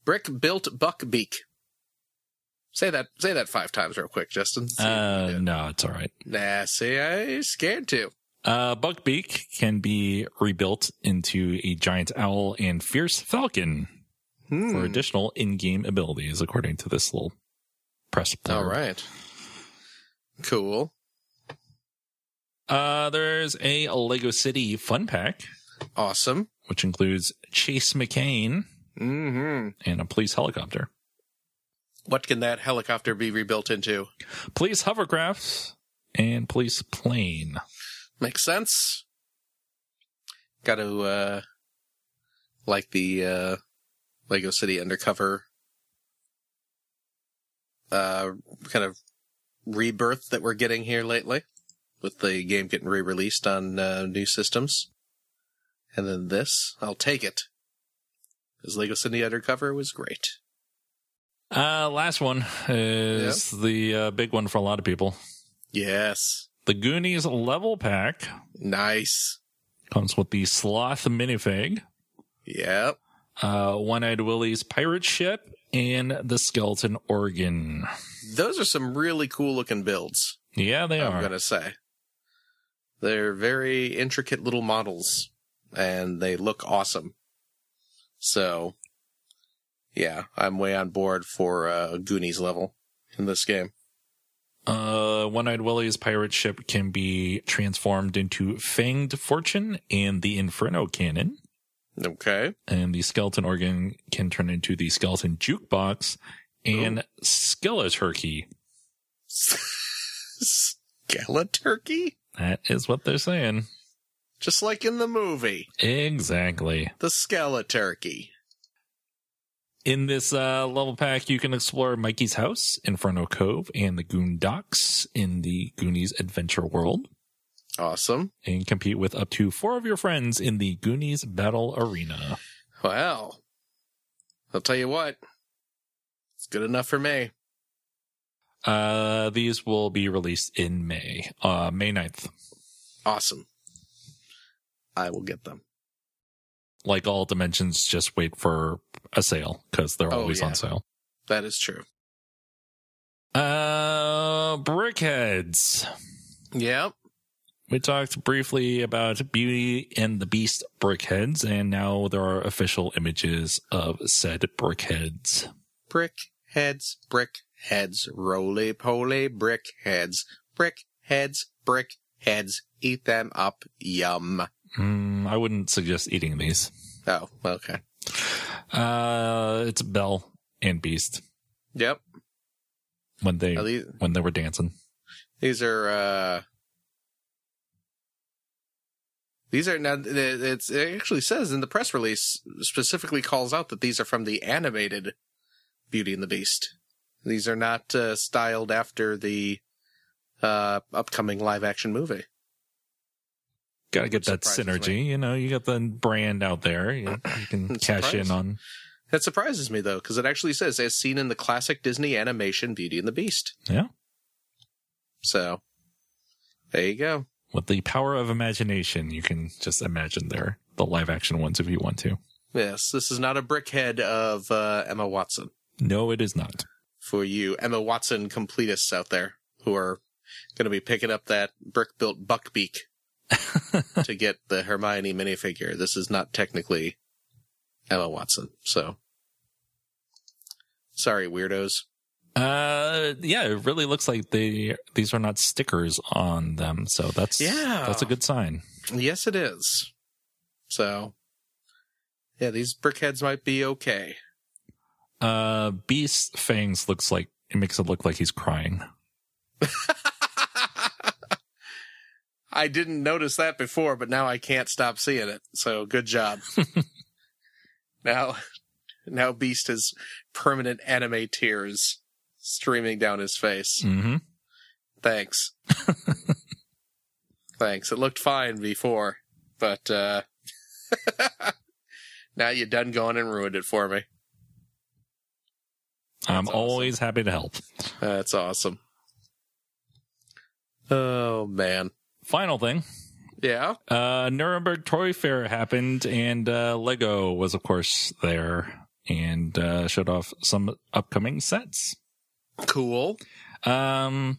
[SPEAKER 4] Brick built buckbeak. Say that say that five times real quick, Justin. See if you
[SPEAKER 3] Uh,
[SPEAKER 4] can do it.
[SPEAKER 3] no, it's all right.
[SPEAKER 4] nah, see I scared to.
[SPEAKER 3] Uh, Buckbeak can be rebuilt into a giant owl and fierce falcon
[SPEAKER 4] Hmm.
[SPEAKER 3] for additional in-game abilities, according to this little press. blurb.
[SPEAKER 4] All right. Cool.
[SPEAKER 3] Uh, there's a Lego City fun pack,
[SPEAKER 4] Awesome.
[SPEAKER 3] which includes Chase McCain
[SPEAKER 4] hmm
[SPEAKER 3] and a police helicopter,
[SPEAKER 4] What can that helicopter be rebuilt into?
[SPEAKER 3] police hovercraft, and police plane.
[SPEAKER 4] Makes sense. Got to uh, like the uh, Lego City Undercover uh, kind of rebirth that we're getting here lately, with the game getting re-released on uh, new systems, and then this. I'll take it. Because Lego City Undercover was great.
[SPEAKER 3] Uh, last one is the uh, big one for a lot of people.
[SPEAKER 4] Yes.
[SPEAKER 3] The Goonies level pack
[SPEAKER 4] Nice.
[SPEAKER 3] comes with the sloth minifig,
[SPEAKER 4] Yep.
[SPEAKER 3] uh, One Eyed Willie's pirate ship, and the skeleton organ.
[SPEAKER 4] Those are some really cool looking builds,
[SPEAKER 3] Yeah, they
[SPEAKER 4] I'm
[SPEAKER 3] are.
[SPEAKER 4] going to say. They're very intricate little models and they look awesome. So, yeah, I'm way on board for uh, Goonies level in this game.
[SPEAKER 3] Uh, One Eyed Willie's pirate ship can be transformed into Fanged Fortune and the Inferno Cannon,
[SPEAKER 4] Okay. [LAUGHS]
[SPEAKER 3] and the skeleton organ can turn into the skeleton jukebox and Skeleturkey.
[SPEAKER 4] Skeleturkey?
[SPEAKER 3] That is what they're saying.
[SPEAKER 4] Just like in the movie,
[SPEAKER 3] Exactly.
[SPEAKER 4] the Skeleturkey.
[SPEAKER 3] In this uh, level pack, you can explore Mikey's house, Inferno Cove, and the Goon Docks in the Goonies Adventure World,
[SPEAKER 4] Awesome.
[SPEAKER 3] and compete with up to four of your friends in the Goonies Battle Arena.
[SPEAKER 4] Well, I'll tell you what, it's good enough for me.
[SPEAKER 3] Uh, these will be released in May, uh, May 9th.
[SPEAKER 4] Awesome. I will get them.
[SPEAKER 3] Like all dimensions, just wait for a sale because they're
[SPEAKER 4] Oh,
[SPEAKER 3] always
[SPEAKER 4] yeah.
[SPEAKER 3] on sale.
[SPEAKER 4] That is true.
[SPEAKER 3] Uh, Brickheads.
[SPEAKER 4] Yep.
[SPEAKER 3] We talked briefly about Beauty and the Beast brickheads, and now there are official images of said brickheads.
[SPEAKER 4] Brick heads, brick heads, roly poly brick heads, brick heads, brick heads. Eat them up. Yum.
[SPEAKER 3] Mm, I wouldn't suggest eating these.
[SPEAKER 4] Oh, okay.
[SPEAKER 3] Uh, it's Belle and Beast
[SPEAKER 4] Yep.
[SPEAKER 3] when they
[SPEAKER 4] Are these,
[SPEAKER 3] when they were dancing.
[SPEAKER 4] these are, uh, these are now, it's, it actually says in the press release specifically calls out that these are from the animated Beauty and the Beast. These are not uh, styled after the uh, upcoming live action movie.
[SPEAKER 3] Got to get that
[SPEAKER 4] Surprises
[SPEAKER 3] synergy, you know. You got the brand out there. You, you can
[SPEAKER 4] [CLEARS THROAT] It
[SPEAKER 3] cash in
[SPEAKER 4] surprised.
[SPEAKER 3] on.
[SPEAKER 4] That surprises me though, because it actually says as seen in the classic Disney animation Beauty and the Beast.
[SPEAKER 3] Yeah.
[SPEAKER 4] So there you go.
[SPEAKER 3] With the power of imagination, you can just imagine their the live action ones if you want to.
[SPEAKER 4] Yes, this is not a brickhead of uh, Emma Watson
[SPEAKER 3] No, it is not.
[SPEAKER 4] for you Emma Watson completists out there who are going to be picking up that brick-built buckbeak to get the Hermione minifigure. This is not technically Emma Watson. So sorry, weirdos.
[SPEAKER 3] Uh, yeah, it really looks like they these are not stickers on them, so that's
[SPEAKER 4] Yeah.
[SPEAKER 3] that's a good sign.
[SPEAKER 4] Yes, it is. So, yeah, these brickheads might be okay. [LAUGHS]
[SPEAKER 3] Uh, Beast Fangs looks like it makes it look like he's crying.
[SPEAKER 4] I didn't notice that before, but now I can't stop seeing it. So, good job. now, now Beast has permanent anime tears streaming down his face.
[SPEAKER 3] Mm-hmm.
[SPEAKER 4] Thanks. Thanks. It looked fine before, but uh [LAUGHS] now you done gone and ruined it for me.
[SPEAKER 3] I'm
[SPEAKER 4] That's awesome.
[SPEAKER 3] always happy to help.
[SPEAKER 4] That's awesome. Oh man.
[SPEAKER 3] Final thing.
[SPEAKER 4] Yeah.
[SPEAKER 3] uh, Nuremberg Toy Fair happened, and uh, Lego was, of course, there and uh, showed off some upcoming sets.
[SPEAKER 4] Cool.
[SPEAKER 3] Um,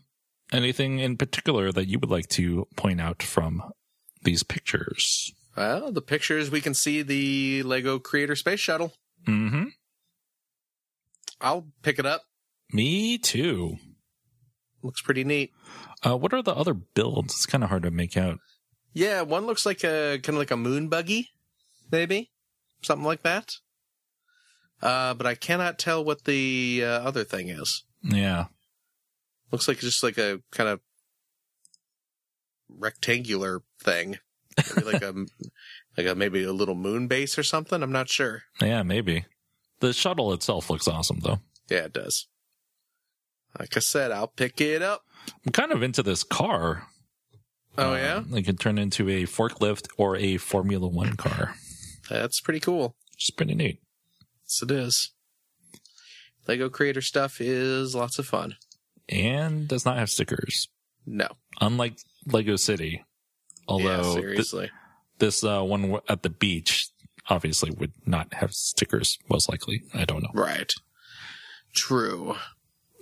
[SPEAKER 3] anything in particular that you would like to point out from these pictures?
[SPEAKER 4] Well, the pictures we can see the Lego Creator Space Shuttle.
[SPEAKER 3] Mm-hmm.
[SPEAKER 4] I'll pick it up.
[SPEAKER 3] Me too.
[SPEAKER 4] Looks pretty neat.
[SPEAKER 3] Uh, what are the other builds? It's kind of hard to make out.
[SPEAKER 4] Yeah, one looks like a kind of like a moon buggy, maybe something like that. Uh, but I cannot tell what the uh, other thing is.
[SPEAKER 3] Yeah.
[SPEAKER 4] Looks like just like a kind of rectangular thing, maybe [LAUGHS] like a like a maybe a little moon base or something. I'm not sure.
[SPEAKER 3] Yeah, maybe. The shuttle itself looks awesome, though.
[SPEAKER 4] Yeah, it does. Like I said, I'll pick it up.
[SPEAKER 3] I'm kind of into this car.
[SPEAKER 4] Oh
[SPEAKER 3] Um,
[SPEAKER 4] yeah,
[SPEAKER 3] It can turn into a forklift or a Formula One car.
[SPEAKER 4] that's pretty cool.
[SPEAKER 3] It's pretty neat.
[SPEAKER 4] Yes, it is. Lego creator stuff is lots of fun.
[SPEAKER 3] And does not have stickers,
[SPEAKER 4] No.
[SPEAKER 3] unlike Lego City.
[SPEAKER 4] yeah,
[SPEAKER 3] Although thi-
[SPEAKER 4] seriously.
[SPEAKER 3] this uh, one w- at the beach obviously would not have stickers, most likely. I don't know.
[SPEAKER 4] right. True.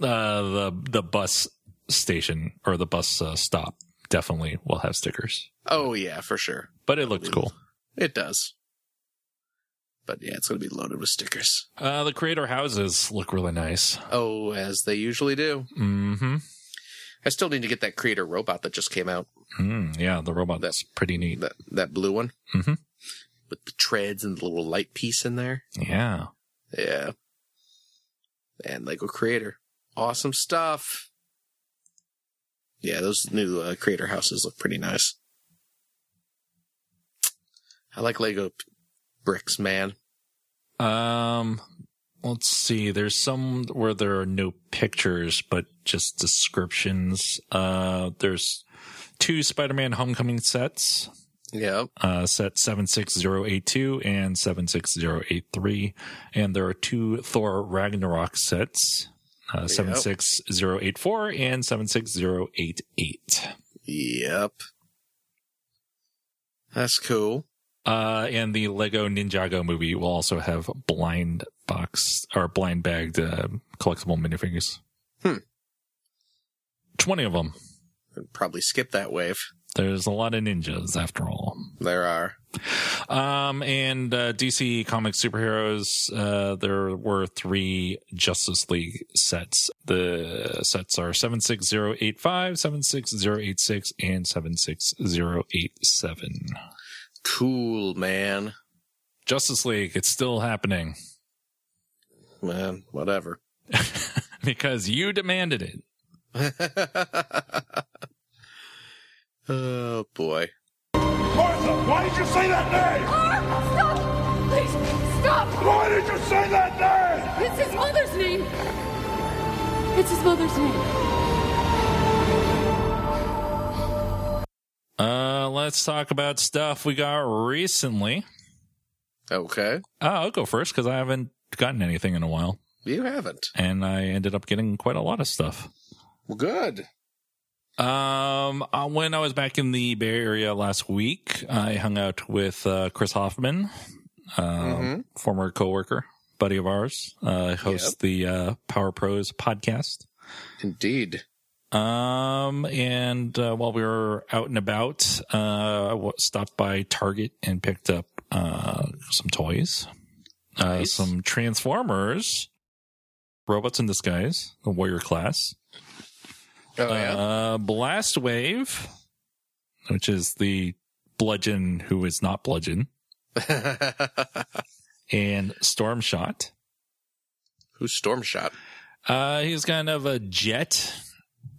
[SPEAKER 3] Uh, the the bus station or the bus uh, stop definitely will have stickers,
[SPEAKER 4] Oh yeah, for sure.
[SPEAKER 3] but it looks cool.
[SPEAKER 4] It does. But yeah, it's going to be loaded with stickers.
[SPEAKER 3] Uh, the creator houses look really nice.
[SPEAKER 4] Oh, as they usually do.
[SPEAKER 3] Mm-hmm.
[SPEAKER 4] I still need to get that creator robot that just came out.
[SPEAKER 3] Mm, yeah, the robot that's pretty neat.
[SPEAKER 4] That that blue one.
[SPEAKER 3] Mhm.
[SPEAKER 4] With the treads and the little light piece in there.
[SPEAKER 3] Yeah.
[SPEAKER 4] Yeah. And Lego Creator. Awesome stuff. Yeah, those new uh, creator houses look pretty nice. I like Lego p- bricks, man.
[SPEAKER 3] Um, let's see. There's some where there are no pictures, but just descriptions. Uh, there's two Spider-Man Homecoming sets,
[SPEAKER 4] Yeah.
[SPEAKER 3] uh, set 76082 and 76083. And there are two Thor Ragnarok sets, uh, 76084 and 76088.
[SPEAKER 4] Yep. That's cool.
[SPEAKER 3] Uh, and the Lego Ninjago movie will also have blind box or blind bagged uh, collectible minifigures.
[SPEAKER 4] Hmm.
[SPEAKER 3] 20 of them.
[SPEAKER 4] I'd probably skip that wave.
[SPEAKER 3] There's a lot of ninjas after all.
[SPEAKER 4] There are.
[SPEAKER 3] Um, and uh, DC Comics superheroes, uh, there were three Justice League sets. The sets are 76085, 76086, and 76087.
[SPEAKER 4] Cool, man.
[SPEAKER 3] Justice League, it's still happening [LAUGHS]
[SPEAKER 4] Man, whatever.
[SPEAKER 3] because you demanded it.
[SPEAKER 4] oh, boy.
[SPEAKER 6] Martha, why did you say that name?
[SPEAKER 2] Ah, stop! Please, stop!
[SPEAKER 6] Why did you say that name?
[SPEAKER 2] It's his mother's name. It's his mother's name.
[SPEAKER 3] Uh, let's talk about stuff we got recently.
[SPEAKER 4] Okay.
[SPEAKER 3] Uh, I'll go first because I haven't gotten anything in a while,
[SPEAKER 4] You haven't.
[SPEAKER 3] and I ended up getting quite a lot of stuff.
[SPEAKER 4] Well, good.
[SPEAKER 3] Um, uh, when I was back in the Bay Area last week, I hung out with uh, Chris Hoffman, um,
[SPEAKER 4] Mhm.
[SPEAKER 3] former coworker, buddy of ours, uh, hosts the uh, Power Pros podcast.
[SPEAKER 4] Indeed.
[SPEAKER 3] Um, and uh, while we were out and about, uh, I wa- stopped by Target and picked up uh, some toys, uh,
[SPEAKER 4] Nice.
[SPEAKER 3] some Transformers, robots in disguise, the warrior class,
[SPEAKER 4] Oh, yeah.
[SPEAKER 3] uh, Blast Wave, which is the bludgeon who is not
[SPEAKER 4] [LAUGHS]
[SPEAKER 3] bludgeon, and Storm Shot.
[SPEAKER 4] Who's Storm Shot?
[SPEAKER 3] Uh, he's kind of a jet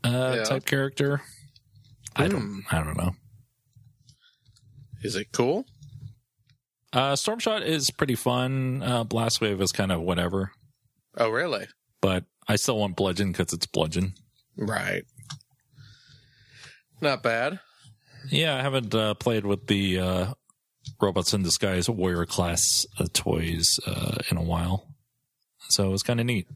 [SPEAKER 3] uh,
[SPEAKER 4] Yeah. Hmm.
[SPEAKER 3] type character. I don't, I don't know.
[SPEAKER 4] Is it cool?
[SPEAKER 3] Uh, Stormshot is pretty fun. Uh, Blastwave is kind of whatever,
[SPEAKER 4] Oh, really?
[SPEAKER 3] but I still want Bludgeon because it's Bludgeon.
[SPEAKER 4] Right. Not bad.
[SPEAKER 3] Yeah, I haven't uh, played with the uh, Robots in Disguise Warrior class uh, toys uh, in a while, so it was kind of neat.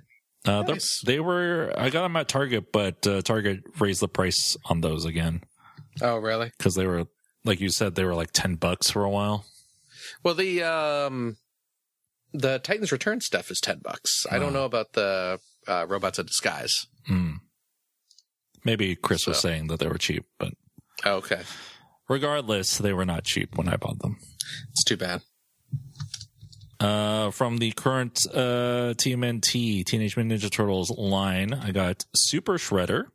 [SPEAKER 3] Uh, they're-
[SPEAKER 4] Nice.
[SPEAKER 3] They were I got them at Target, but uh, Target raised the price on those again
[SPEAKER 4] Oh, really?
[SPEAKER 3] because they were like you said they were like ten bucks for a while.
[SPEAKER 4] Well, the um, the Titans Return stuff is ten bucks. I don't
[SPEAKER 3] Oh.
[SPEAKER 4] know about the uh, Robots in Disguise.
[SPEAKER 3] Hmm. Maybe Chris was
[SPEAKER 4] So.
[SPEAKER 3] saying that they were cheap, but
[SPEAKER 4] Oh, okay,
[SPEAKER 3] regardless, they were not cheap when I bought them.
[SPEAKER 4] it's too bad.
[SPEAKER 3] Uh, from the current uh, TMNT Teenage Mutant Ninja Turtles line, I got Super Shredder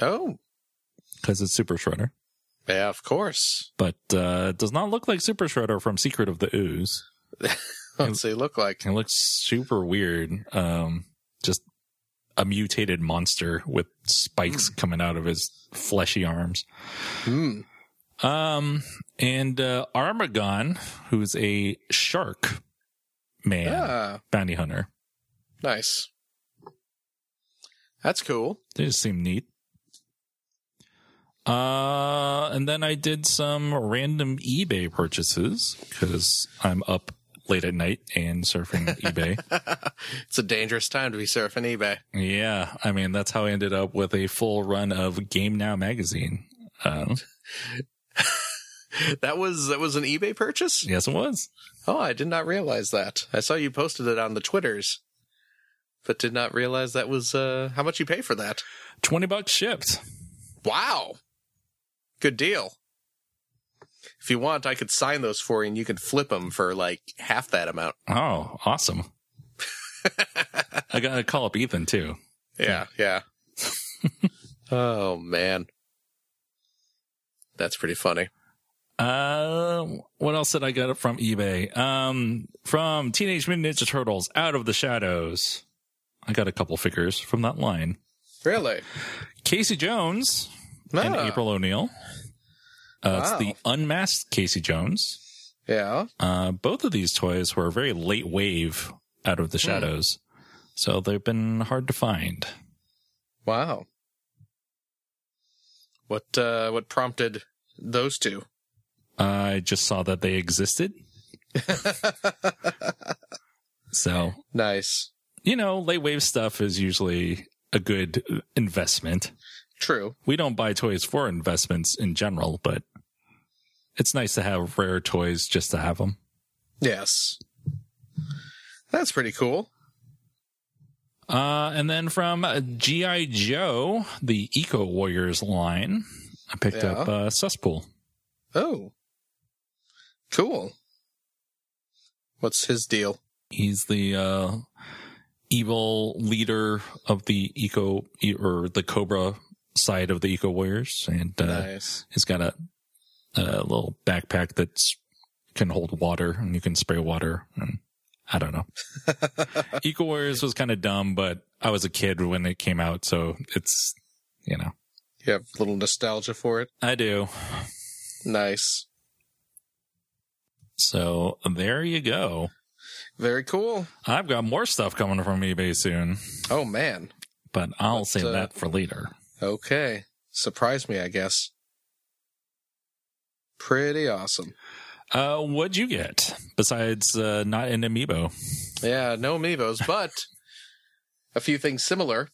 [SPEAKER 4] Oh,
[SPEAKER 3] because it's Super Shredder,
[SPEAKER 4] yeah, of course.
[SPEAKER 3] but uh, it does not look like Super Shredder from Secret of the Ooze.
[SPEAKER 4] What's they look like?
[SPEAKER 3] It looks super weird. Um, just a mutated monster with spikes coming out of his fleshy arms.
[SPEAKER 4] Hmm.
[SPEAKER 3] Um, and uh, Armagon, who's a shark man,
[SPEAKER 4] Ah,
[SPEAKER 3] bounty hunter.
[SPEAKER 4] nice. That's cool.
[SPEAKER 3] They just seem neat. Uh, and then I did some random eBay purchases because I'm up late at night and surfing eBay.
[SPEAKER 4] It's a dangerous time to be surfing eBay.
[SPEAKER 3] Yeah, I mean that's how I ended up with a full run of Game Now magazine. Uh,
[SPEAKER 4] That was that was an eBay purchase.
[SPEAKER 3] yes, it was.
[SPEAKER 4] Oh, I did not realize that. I saw you posted it on the Twitters, but did not realize that was uh, how much you pay for that.
[SPEAKER 3] Twenty bucks shipped.
[SPEAKER 4] Wow, good deal. If you want, I could sign those for you, and you can flip them for like half that amount.
[SPEAKER 3] Oh, awesome! I gotta call up Ethan too.
[SPEAKER 4] Yeah, yeah. oh man, that's pretty funny.
[SPEAKER 3] Uh, what else did I get from eBay? Um, from Teenage Mutant Ninja Turtles: Out of the Shadows. I got a couple figures from that line.
[SPEAKER 4] Really?
[SPEAKER 3] Casey Jones and
[SPEAKER 4] Ah,
[SPEAKER 3] April O'Neil. Uh, It's
[SPEAKER 4] Wow.
[SPEAKER 3] the unmasked Casey Jones.
[SPEAKER 4] Yeah.
[SPEAKER 3] Uh, both of these toys were a very late wave out of the
[SPEAKER 4] Hmm.
[SPEAKER 3] shadows, so they've been hard to find.
[SPEAKER 4] Wow. What uh, what prompted those two?
[SPEAKER 3] I just saw that they
[SPEAKER 4] [LAUGHS]
[SPEAKER 3] existed. so,
[SPEAKER 4] Nice.
[SPEAKER 3] you know, late wave stuff is usually a good investment.
[SPEAKER 4] True.
[SPEAKER 3] We don't buy toys for investments in general, but it's nice to have rare toys just to have them.
[SPEAKER 4] Yes. That's pretty cool.
[SPEAKER 3] Uh, and then from uh, G.I. Joe, the Eco Warriors line, I picked
[SPEAKER 4] Yeah.
[SPEAKER 3] up uh, Cesspool.
[SPEAKER 4] Oh. Cool. What's his deal?
[SPEAKER 3] He's the uh, evil leader of the eco or the Cobra side of the Eco Warriors, and uh,
[SPEAKER 4] nice.
[SPEAKER 3] he's got a, a little backpack that's can hold water, and you can spray water. And I don't know. eco Warriors was kind of dumb, but I was a kid when it came out, so it's you know
[SPEAKER 4] You have a little nostalgia for it.
[SPEAKER 3] I do.
[SPEAKER 4] Nice.
[SPEAKER 3] So there you go.
[SPEAKER 4] Very cool.
[SPEAKER 3] I've got more stuff coming from eBay soon,
[SPEAKER 4] Oh man.
[SPEAKER 3] but I'll
[SPEAKER 4] Let's,
[SPEAKER 3] save
[SPEAKER 4] uh,
[SPEAKER 3] that for later.
[SPEAKER 4] Okay. Surprise me, I guess. Pretty awesome.
[SPEAKER 3] Uh, what'd you get besides uh, not an amiibo?
[SPEAKER 4] Yeah, no amiibos, but a few things similar.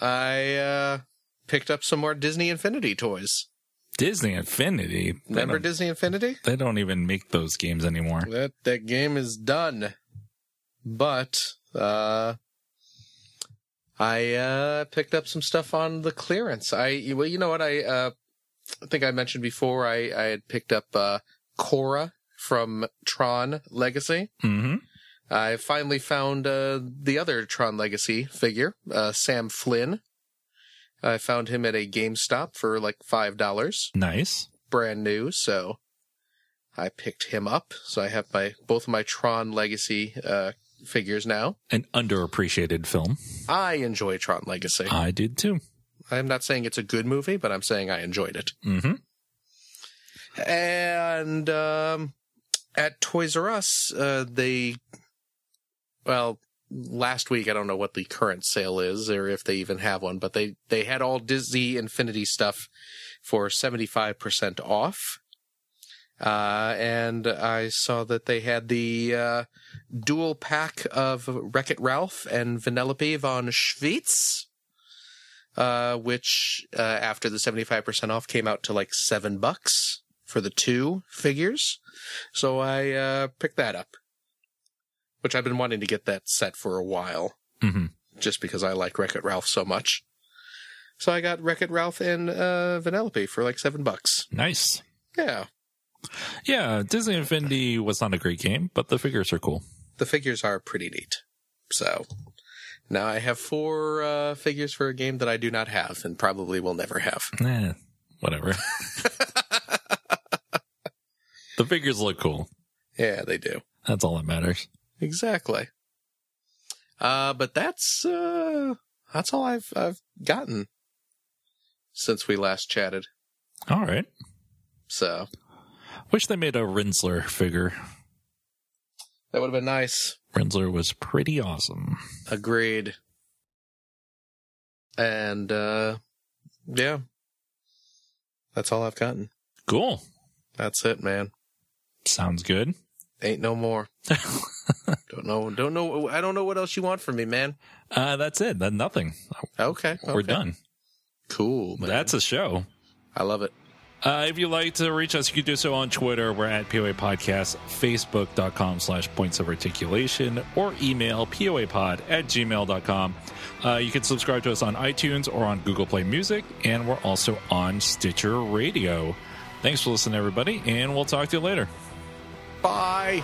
[SPEAKER 4] I uh picked up some more Disney Infinity toys.
[SPEAKER 3] Disney Infinity. They
[SPEAKER 4] Remember
[SPEAKER 3] don't-
[SPEAKER 4] Disney Infinity?
[SPEAKER 3] they don't even make those games anymore.
[SPEAKER 4] That that game is done. But uh I uh picked up some stuff on the clearance. I well you know what I uh I think I mentioned before I I had picked up uh Korra from Tron Legacy.
[SPEAKER 3] hmm
[SPEAKER 4] I finally found uh, the other Tron Legacy figure, uh, Sam Flynn. I found him at a GameStop for like five dollars,
[SPEAKER 3] Nice.
[SPEAKER 4] brand new. So I picked him up. So I have my both of my Tron Legacy uh, figures now.
[SPEAKER 3] An underappreciated film.
[SPEAKER 4] I enjoy Tron Legacy.
[SPEAKER 3] I did too.
[SPEAKER 4] I'm not saying it's a good movie, but I'm saying I enjoyed it.
[SPEAKER 3] hmm
[SPEAKER 4] And um, at Toys R Us, uh, they, well, last week I don't know what the current sale is or if they even have one, but they they had all Disney Infinity stuff for seventy five percent off. Uh, and I saw that they had the uh, dual pack of Wreck It Ralph and Vanellope von Schweetz, uh, which uh, after the 75% off came out to like seven bucks for the two figures. So I uh, picked that up, which I've been wanting to get that set for a while
[SPEAKER 3] hmm
[SPEAKER 4] just because I like Wreck It Ralph so much. So I got Wreck It Ralph and uh, Vanellope for like seven bucks.
[SPEAKER 3] Nice.
[SPEAKER 4] Yeah.
[SPEAKER 3] Yeah, Disney Infinity was not a great game, but the figures are cool.
[SPEAKER 4] the figures are pretty neat. So now I have four uh, figures for a game that I do not have and probably will never have.
[SPEAKER 3] Eh, whatever. [LAUGHS] the figures look cool.
[SPEAKER 4] Yeah, they do.
[SPEAKER 3] That's all that matters.
[SPEAKER 4] Exactly. Uh, but that's uh, that's all I've I've gotten since we last chatted.
[SPEAKER 3] All right.
[SPEAKER 4] So
[SPEAKER 3] Wish they made a Rinsler figure.
[SPEAKER 4] that would have been nice.
[SPEAKER 3] Rinsler was pretty awesome.
[SPEAKER 4] Agreed. And uh, yeah, that's all I've gotten.
[SPEAKER 3] Cool.
[SPEAKER 4] That's it, man.
[SPEAKER 3] Sounds good.
[SPEAKER 4] Ain't
[SPEAKER 3] [LAUGHS]
[SPEAKER 4] no more. don't know. Don't know. I don't know what else you want from me, man.
[SPEAKER 3] Uh, that's it. That nothing.
[SPEAKER 4] Okay,
[SPEAKER 3] We're
[SPEAKER 4] okay.
[SPEAKER 3] done.
[SPEAKER 4] Cool. Man.
[SPEAKER 3] That's a show.
[SPEAKER 4] I love it.
[SPEAKER 3] Uh, if you'd like to reach us, you can do so on Twitter. We're at POA Podcast, Facebook.com slash points of articulation, or email POApod at gmail.com. Uh, you can subscribe to us on iTunes or on Google Play Music, and we're also on Stitcher Radio. Thanks for listening, everybody, and we'll talk to you later.
[SPEAKER 4] Bye.